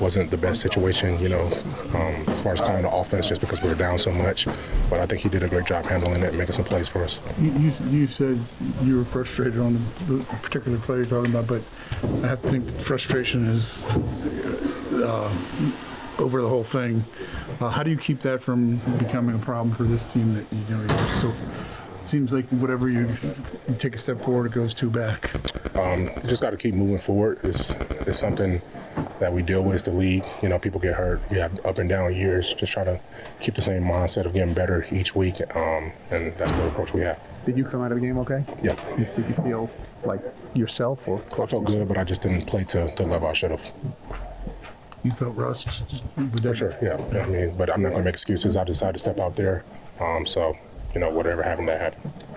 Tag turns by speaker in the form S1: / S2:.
S1: wasn't the best situation, you know, um, as far as calling the offense, just because we were down so much. But I think he did a great job handling it, making some plays for us.
S2: You, you, you said you were frustrated on the, the particular play you're talking about, but I have to think frustration is uh, over the whole thing. Uh, how do you keep that from becoming a problem for this team that you know you're so? Seems like whatever you, you take a step forward, it goes two back.
S1: Um, just got to keep moving forward. It's, it's something that we deal with is the league. You know, people get hurt. We have up and down years. Just try to keep the same mindset of getting better each week, um, and that's the approach we have.
S3: Did you come out of the game okay?
S1: Yeah.
S3: Did you feel like yourself or?
S1: I felt good, but I just didn't play to the level I should have.
S2: You felt rust.
S1: For sure. Yeah. I mean, but I'm not going to make excuses. I decided to step out there. Um, so, you know, whatever happened, that happened.